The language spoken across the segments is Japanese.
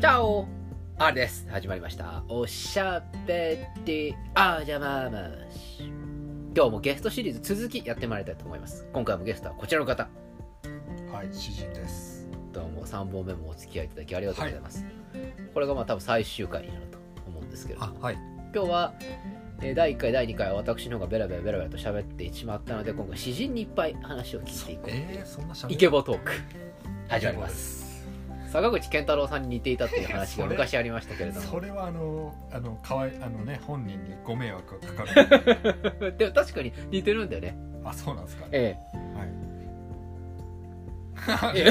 タオあれです始まりましたおしゃべりあじゃままし今日もゲストシリーズ続きやってまいりたいと思います今回もゲストはこちらの方はい、詩人です。どうも3本目もお付き合いいただきありがとうございます、これがまあ多分最終回になると思うんですけれどあ、はい。今日はえー第1回第2回は私の方がベラベラベラベラと喋ってしまったので今回詩人にいっぱい話を聞いていこうえー、そんな喋イケボトーク始まります坂口健太郎さんに似ていたっていう話が昔ありましたけれどもそれはあの、あの、かわい、あのね、本人にご迷惑がかか る。でも確かに似てるんだよねあ、そうなんですか。え はい。え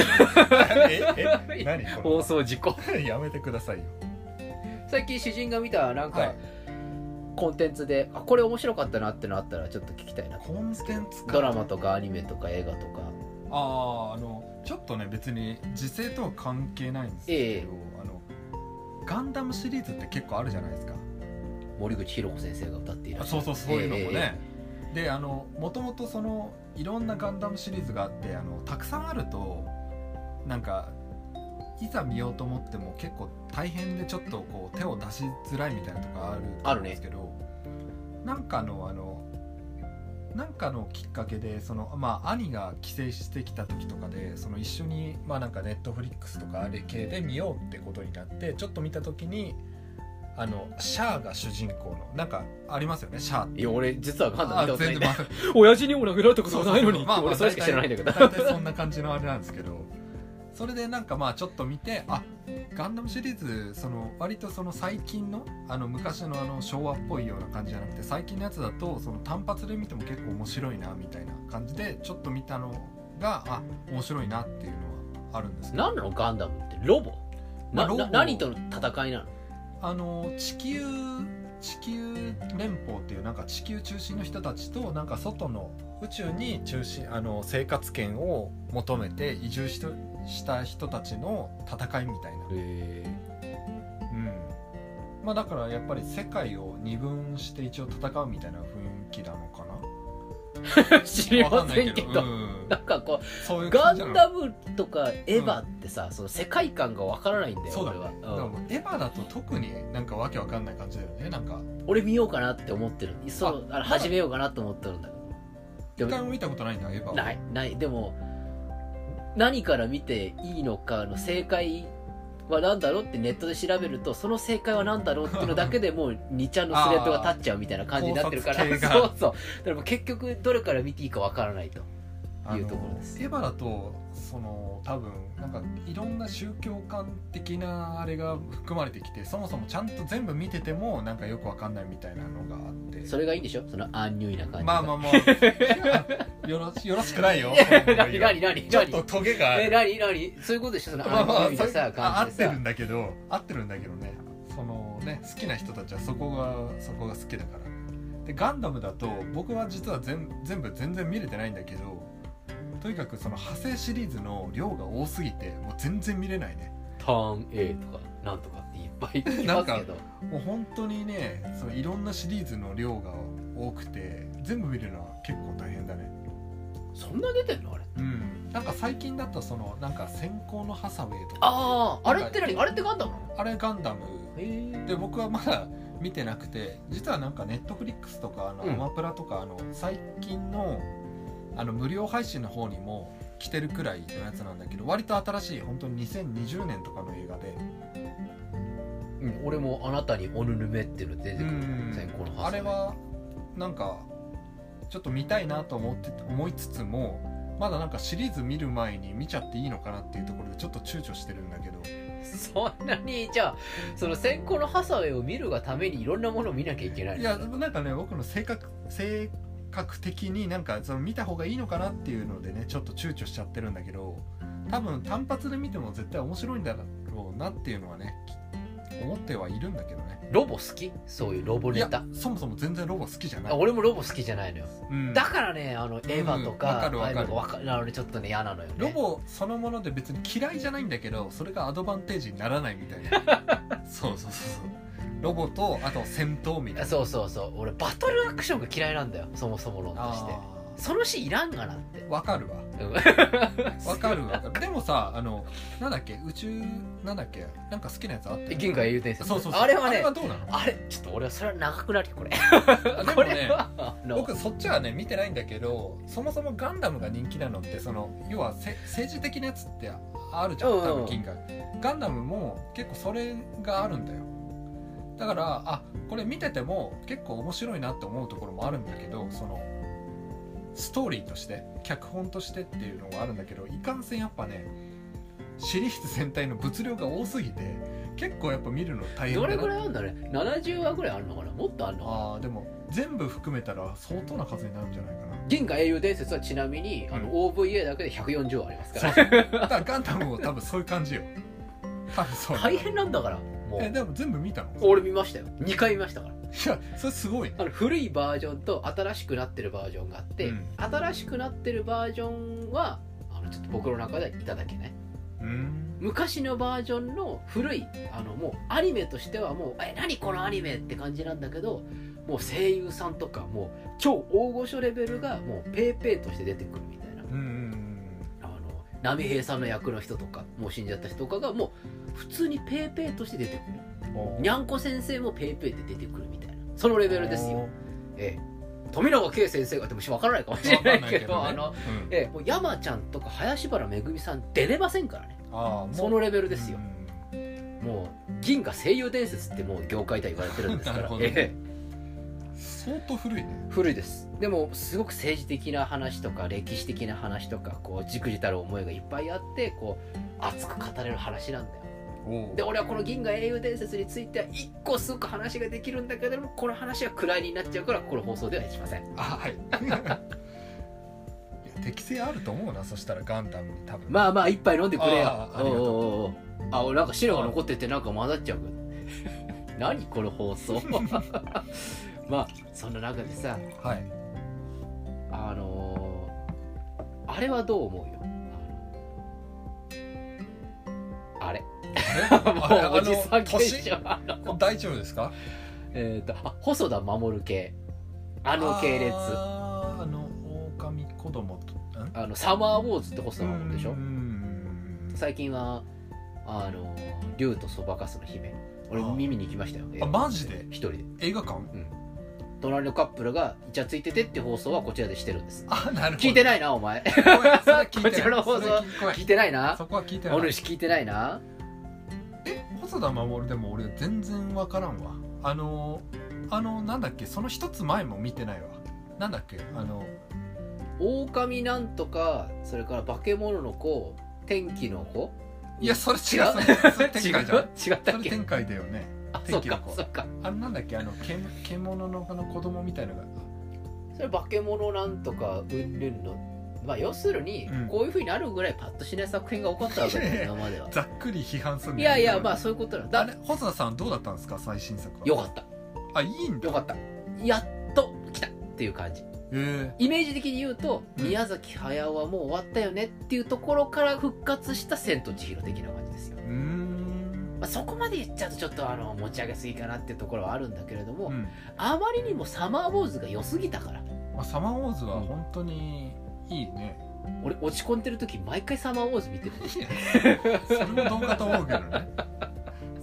え、え、何放こ送事故れ。 やめてくださいよ。最近詩人が見たなんか、はいコンテンツであこれ面白かったなってのあったらちょっと聞きたいなとコンテンツかドラマとかアニメとか映画とかあああのちょっとね別に時勢とは関係ないんですけど、あのガンダムシリーズって結構あるじゃないですか森口博子先生が歌っているあそうそうそういうのもね、であのもともとそのいろんなガンダムシリーズがあってあのたくさんあるとなんかいざ見ようと思っても結構大変でちょっとこう手を出しづらいみたいなとこあるとあ思るうんねですけど、なんかのあのなんかのきっかけでその、まあ、兄が帰省してきた時とかでその一緒にまあなんかネットフリックスとかあれ系で見ようってことになってちょっと見た時にあのシャアが主人公のなんかありますよねシャアっていや俺実はガンダム見たあことない全ん然だまあ 親父にも殴られたことそうがそうないそのうにまあまあ俺それしか知らないんだけど大体大体そんな感じのあれなんですけどそれでなんかまあちょっと見てあガンダムシリーズその割とその最近のあの昔のあの昭和っぽいような感じじゃなくて最近のやつだとその単発で見ても結構面白いなみたいな感じでちょっと見たのがあ面白いなっていうのはあるんですけど何なのガンダムってロボな、まあロボな何との戦いなのあの地球地球連邦っていうなんか地球中心の人たちとなんか外の宇宙に中心あの生活圏を求めて移住しとした人たちの戦いみたいな、うん、まあだからやっぱり世界を二分して一応戦うみたいな雰囲気なのかな 知りませんけどわかんなないんかこけどうん、そういうガ感じンなダのムとかエヴァってさ、その世界観がわからないんだよそうだ俺は、ね、だうんからもうエヴァだと特になんかわけわかんない感じだよねなんか俺見ようかなって思ってるそうあのだ始めようかなと思ってるんだけ一どで回もも見たことないんだエヴァはないないでも何から見ていいのかの正解は何だろうってネットで調べるとその正解は何だろうっていうのだけでもう2ちゃんのスレッドが立っちゃうみたいな感じになってるから考察系がそうそうだからもう結局どれから見ていいかわからないとあいのうところですエヴァだとその多分なんかいろんな宗教観的なあれが含まれてきてそもそもちゃんと全部見ててもなんかよくわかんないみたいなのがあってそれがいいんでしょそのアンニュイな感じまあまあま あよろしよろしくないよ何何何ちょっとトゲがえ何何そういうことでしょそのまアあまあンニュイなさあ合感っじてでさるんだけど合ってるんだけどねそのね好きな人たちはそこがそこが好きだからでガンダムだと僕は実は全全部全然見れてないんだけどとにかくその派生シリーズの量が多すぎてもう全然見れないねターン A とかなんとかっていっぱい聞きますけどもう本当にねそのいろんなシリーズの量が多くて全部見るのは結構大変だねそんな出てんのあれうんなんか最近だとそのなんか先行のハサウェイとかあああれって何あれってガンダムなのあれガンダムへで僕はまだ見てなくて実はなんかネットフリックスとかあのうんアマプラとか、あの最近のあの無料配信の方にも来てるくらいのやつなんだけど割と新しい本当に2020年とかの映画でうん、俺もあなたにおぬぬめっていうの出てくるうん先行のハサウェイあれはなんかちょっと見たいなと思って思いつつもまだなんかシリーズ見る前に見ちゃっていいのかなっていうところでちょっと躊躇してるんだけどそんなにじゃあその先行のハサウェイを見るがためにいろんなものを見なきゃいけないのいやなんかね僕の性格性格的になんかその見た方がいいのかなっていうのでねちょっと躊躇しちゃってるんだけど多分単発で見ても絶対面白いんだろうなっていうのはねき思ってはいるんだけどねロボ好きそういうロボいネやタそもそも全然ロボ好きじゃないあ俺もロボ好きじゃないのようんだからねあのエヴァとうんわか,、かるわああかいうるのがわかあのねちょっとね嫌なのよ、ね、ロボそのもので別に嫌いじゃないんだけどそれがアドバンテージにならないみたい なそうそうそうそうロボとあと戦闘みたいあなそうそうそう俺バトルアクションが嫌いなんだよそもそも論としてあそのシーンいらんがなってーわかるわ わかるわかるでもさあのなんだっけ宇宙なんだっけなんか好きなやつあったよね銀河英雄伝説そうそうそうあれはねどうなのあれちょっと俺はそれは長くなるよこれねこれはあの僕そっちはね見てないんだけどそもそもガンダムが人気なのってその要はせ政治的なやつってあるじゃんうんうん多分銀河ガンダムも結構それがあるんだよだからあこれ見てても結構面白いなって思うところもあるんだけどそのストーリーとして脚本としてっていうのがあるんだけどいかんせんやっぱねシリーズ全体の物量が多すぎて結構やっぱ見るの大変どだれぐらないあるんだろうね70話ぐらいあるのかなもっとあるのかなあーでも全部含めたら相当な数になるんじゃないかな銀河英雄伝説はちなみに、あの OVA だけで140話ありますからだからガンダムも多分そういう感じよ多分そう大変なんだからもえうでも全部見たの俺見ましたよ2回見ましたからいやそれすごいねあの古いバージョンと新しくなってるバージョンがあって、うん新しくなってるバージョンはあのちょっと僕の中ではいただけないうん昔のバージョンの古いあのもうアニメとしてはもう「え何このアニメ?」って感じなんだけどもう声優さんとかもう超大御所レベルがもうペーペーとして出てくるみたいなうんうんあの波平さんの役の人とかもう死んじゃった人とかがもう普通にペーペーとして出てくるうんおにゃんこ先生もペーペーで出てくるみたいなそのレベルですよええ富永圭先生がでもわからないかもしれわかなんいないけけどど、ね、あの、うんええ、もう山ちゃんとか林原めぐみさん出れませんからねあーもうそのレベルですようんもう銀河声優伝説ってもう業界では言われてるんですか ならる、ほどえねえ相当古いね古いですでもすごく政治的な話とか歴史的な話とかこうじくじたる思いがいっぱいあってこう熱く語れる話なんだよおで俺はこの銀河英雄伝説については一個すごく話ができるんだけれどもこの話は暗いになっちゃうからこの放送ではしませんあはい いや適性あると思うなそしたらガンダムに多分まあまあ一杯飲んでくれよあーありがとうおうおうおうあ俺なんか白が残っててなんか混ざっちゃう 何この放送 まあそんな中でさはい あのーあれはどう思うよ あのあれあれあもうおじさんの系じ年ゃんあの大丈夫ですかえっとあ細田守系あの系列ああーあの狼子供とんのサマーウォーズって細田守でしょうんうんうんうん最近はあの「竜とそばかすの姫」俺あー耳に行きましたよあマジで一人で映画館隣のカップルがイチャついててって放送はこちらでしてるんですあなるほど聞いてないなお前ごめんそれは聞いてな こいちらの放送それは聞いてない聞いてないなそこは聞いてなおい主聞いてないな細田守でも俺全然わからんわあのあのなんだっけその一つ前も見てないわなんだっけあの狼なんとかそれから化け物の子天気の子いやそれ違うそれそれ違展う開じゃ違んったそっれけ展開だよねあそ天っ気のか子そっかあのなんだっけあのけ獣のあの子供みたいのがそれ化け物なんとかうんぬんのまあ要するにうんこういうふうになるぐらいパッとしない作品が多かったわけだよ今まではざっくり批判するのいやいやまああそういうことなんあだれ細田さんどうだったんですか最新作はよかったあいいんだよかったやっと来たっていう感じえイメージ的に言うとうん宮崎駿はもう終わったよねっていうところから復活した「千と千尋」的な感じですよえ、うーんまあ、そこまで言っちゃうとちょっとあの持ち上げすぎかなっていうところはあるんだけれども、うんあまりにもサマーウォーズが良すぎたからまあサマーウォーズは本当にいいね俺落ち込んでる時毎回サマーウォーズ見てるそれもどうかと思うけどね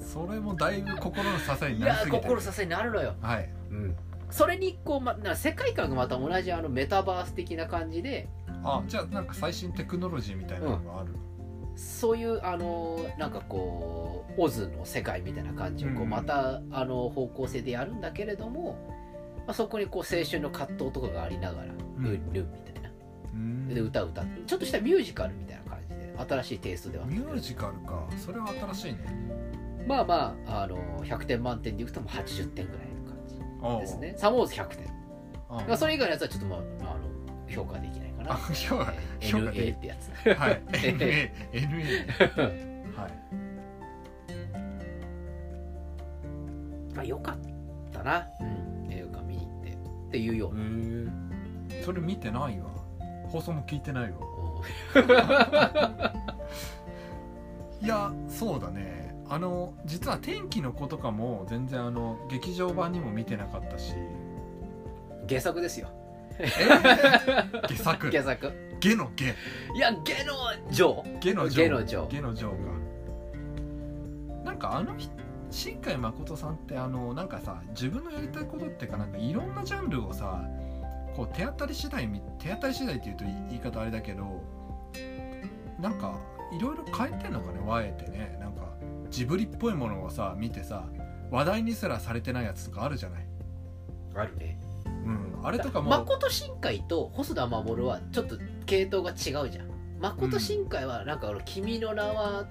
それもだいぶ心の支えにいなりやすーぎてる心支えになるのよ、はいうん、それにこう、ま、な世界観がまた同じあのメタバース的な感じであじゃあなんか最新テクノロジーみたいなのがある、そういうあのなんかこうオズの世界みたいな感じをこううんまたあの方向性でやるんだけれども、まあ、そこにこう青春の葛藤とかがありながら「うんんぬん」みたいなうんで歌を歌ってちょっとしたミュージカルみたいな感じで新しいテイストではあったミけュどージカルかそれは新しいねまあまああの100点満点でいくともう80点ぐらいの感じああですねサモーズ100点あまあそれ以外のやつはちょっとまああの評価できないかあな評価え 評価 NA でってやつきはい NA NA はいまあよかったな、うん、映画見に行ってっていうようなへえそれ見てないわ放送も聞いてないわいやそうだねあの実は天気の子とかも全然あの劇場版にも見てなかったし原作ですよえ ー、下作原作下の下いや下の城下の下の上城下の上がなんかあの人新海誠さんってあのなんかさ自分のやりたいことっていうかなんかいろんなジャンルをさこう手当たり次第み手当たり次第っていうと言い言い方あれだけどなんかいろいろ変えてんのかね和えてねなんかジブリっぽいものをさ見てさ話題にすらされてないやつとかあるじゃない、あるねうん、あれとかも誠新海と細田守はちょっと系統が違うじゃん誠新海はなんかあの「君の名は」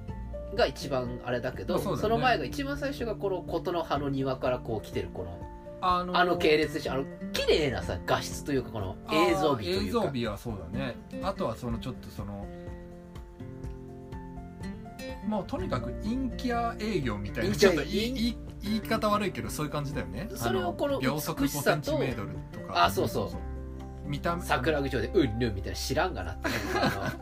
が一番あれだけど、まあそうだそねの前が一番最初がこの琴の葉の庭からこう来てるこのあのあの系列でしょあの綺麗なさ画質というかこのあー映像美というか映像美はそうだねあとはそのちょっとそのもうとにかく陰キャ営業みたいな陰ちキょャっと言い言い言い方悪いけどそういう感じだよねそれをあのこの秒速美しさ5とセンチメートルとかあそうそう見た目桜口町で「うんぬん」みたいな知らんがなってあ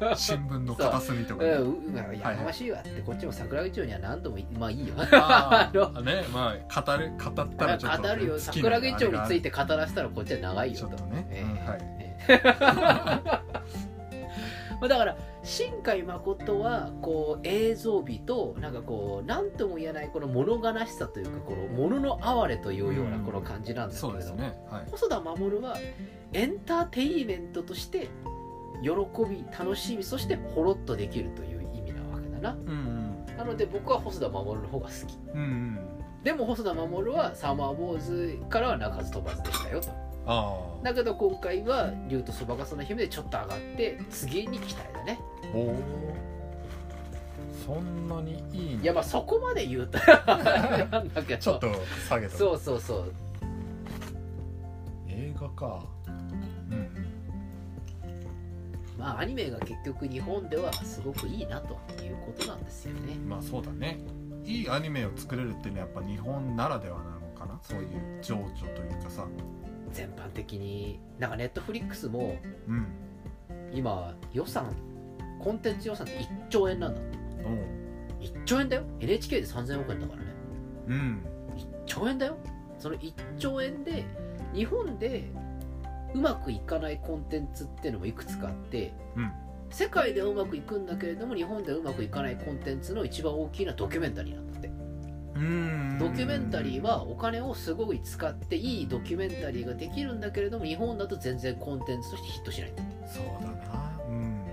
の新聞の片隅とあのかうね、んうんうんやかましいわってこっちも桜口町には何度も言ってまあいいよあ あーねまあ語る語ったらちょっと語るよ好きな桜木町についてて語らせたらこっちは長いよちょとっとねえうんえはいええまあだから新海誠はこう映像美となんかこう何とも言えないこの物悲しさというかこの物の哀れというようなうんこの感じなんだけ それうでどすもねはい細田守はエンターテインメントとして喜び楽しみそしてほろっとできるという意味なわけだなうんなので僕は細田守の方が好きうんうんうんでも細田守はサマーウォーズからは鳴かず飛ばずでしたよとああだけど今回は竜とそばかすの姫でちょっと上がって次に期待だねおおそんなにいいねいやまあそこまで言うたらなんだけどちょっと下げたそうそうそう映画かうんまあアニメが結局日本ではすごくいいなということなんですよねまあそうだねいいアニメを作れるっていうのはやっぱ日本ならではなのかなそういう情緒というかさ全般的になんかネットフリックスもうん今予算コンテンツ予算って1兆円なんだっておう1兆円だよ NHK で3000億円だからねうん1兆円だよその1兆円で日本でうまくいかないコンテンツっていうのもいくつかあって、うん世界ではうまくいくんだけれども日本ではうまくいかないコンテンツの一番大きいのはドキュメンタリーなんだってうんドキュメンタリーはお金をすごい使っていいドキュメンタリーができるんだけれども日本だと全然コンテンツとしてヒットしないんだってそうだなうん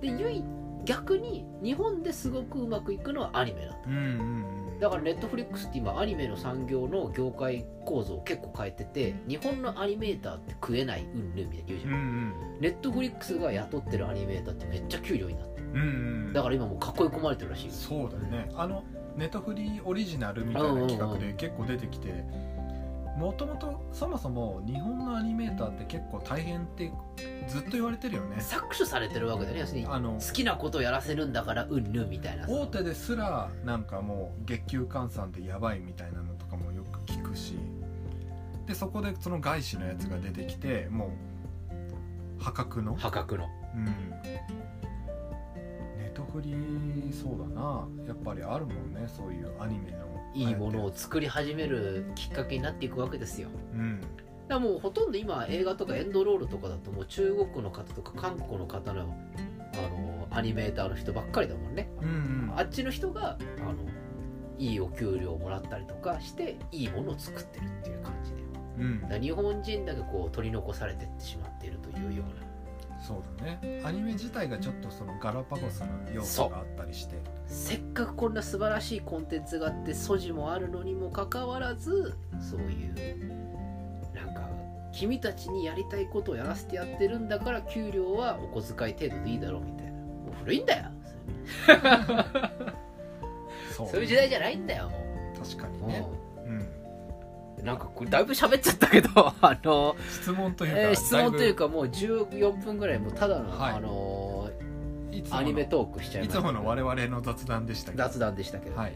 で唯一逆に日本ですごくうまくいくのはアニメなんだうんうんうんだからネットフリックスって今アニメの産業の業界構造を結構変えてて日本のアニメーターって食えないうんぬんみたいに言うじゃ、うんんネットフリックスが雇ってるアニメーターってめっちゃ給料になってるうんうんうんだから今もう囲い込まれてるらしいよそうだよねあのネトフリオリジナルみたいな企画で結構出てきてもともとそもそも日本のアニメーターって結構大変ってずっと言われてるよね搾取されてるわけだよね要するに好あのきなことをやらせるんだからうんぬんみたいな大手ですらなんかもう月給換算でやばいみたいなのとかもよく聞くしでそこでその外資のやつが出てきてもう破格の破格のうんネトフリそうだなやっぱりあるもんねそういうアニメのいいものを作り始めるきっかけになっていくわけですようんだからもうほとんど今映画とかエンドロールとかだともう中国の方とか韓国の方のあのアニメーターの人ばっかりだもんねうんうんあっちの人があのいいお給料をもらったりとかしていいものを作ってるっていう感じでうんだから日本人だけこう取り残されてってしまっているというようそうだねアニメ自体がちょっとそのガラパゴスの要素があったりしてなせっかくこんな素晴らしいコンテンツがあって素地もあるのにもかかわらずそういうなんか君たちにやりたいことをやらせてやってるんだから給料はお小遣い程度でいいだろうみたいなもう古いんだよそうそういう時代じゃないんだよも確かうにね、うん、うんなんかこれだいぶ喋っちゃったけど あの質問というか、えー質問というかかもう14分ぐらいもうただの、はいあのいつーものアニメトークしちゃいいまつものした我々の雑談でしたけど雑談でしたけど、はい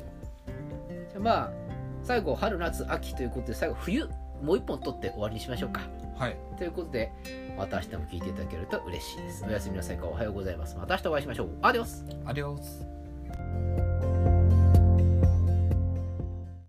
じゃあまあ最後春夏秋ということで最後冬もう一本取って終わりにしましょうかはいということでまた明日も聞いていただけると嬉しいですおやすみなさいかおはようございますまた明日お会いしましょうアディオスアディオス